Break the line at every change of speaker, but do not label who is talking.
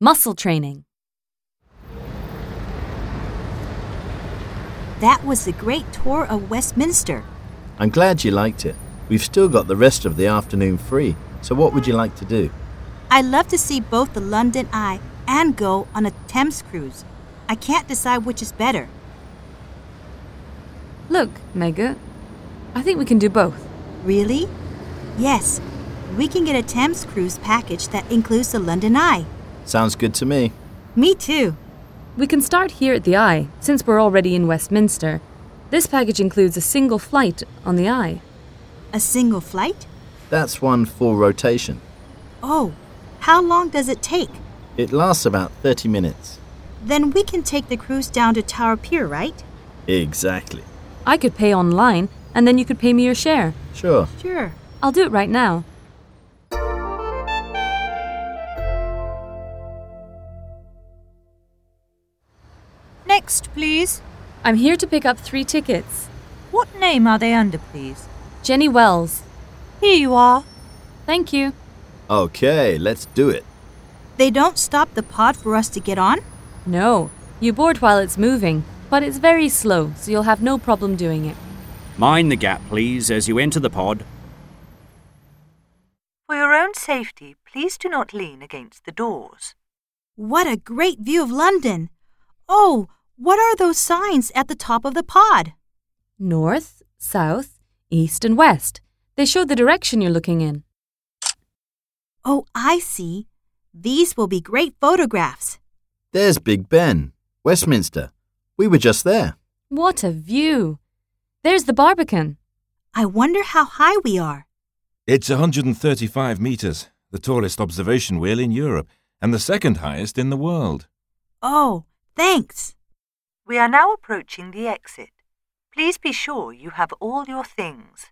Muscle training.
That was the great tour of Westminster.
I'm glad you liked it. We've still got the rest of the afternoon free, so what would you like to do?
I love to see both the London Eye and go on a Thames cruise. I can't decide which is better.
Look, Mega, I think we can do both.
Really? Yes. We can get a Thames cruise package that includes the London Eye.
Sounds good to me.
Me too.
We can start here at the Eye, since we're already in Westminster. This package includes a single flight on the Eye.
A single flight?
That's one full rotation.
Oh, how long does it take?
It lasts about 30 minutes.
Then we can take the cruise down to Tower Pier, right?
Exactly.
I could pay online, and then you could pay me your share.
Sure.
Sure.
I'll do it right now.
Next, please.
I'm here to pick up three tickets.
What name are they under, please?
Jenny Wells.
Here you are.
Thank you.
Okay, let's do it.
They don't stop the pod for us to get on?
No, you board while it's moving, but it's very slow, so you'll have no problem doing it.
Mind the gap, please, as you enter the pod.
For your own safety, please do not lean against the doors.
What a great view of London! Oh, what are those signs at the top of the pod?
North, south, east, and west. They show the direction you're looking in.
Oh, I see. These will be great photographs.
There's Big Ben, Westminster. We were just there.
What a view! There's the Barbican.
I wonder how high we are.
It's 135 metres, the tallest observation wheel in Europe, and the second highest in the world.
Oh, thanks.
We are now approaching the exit. Please be sure you have all your things.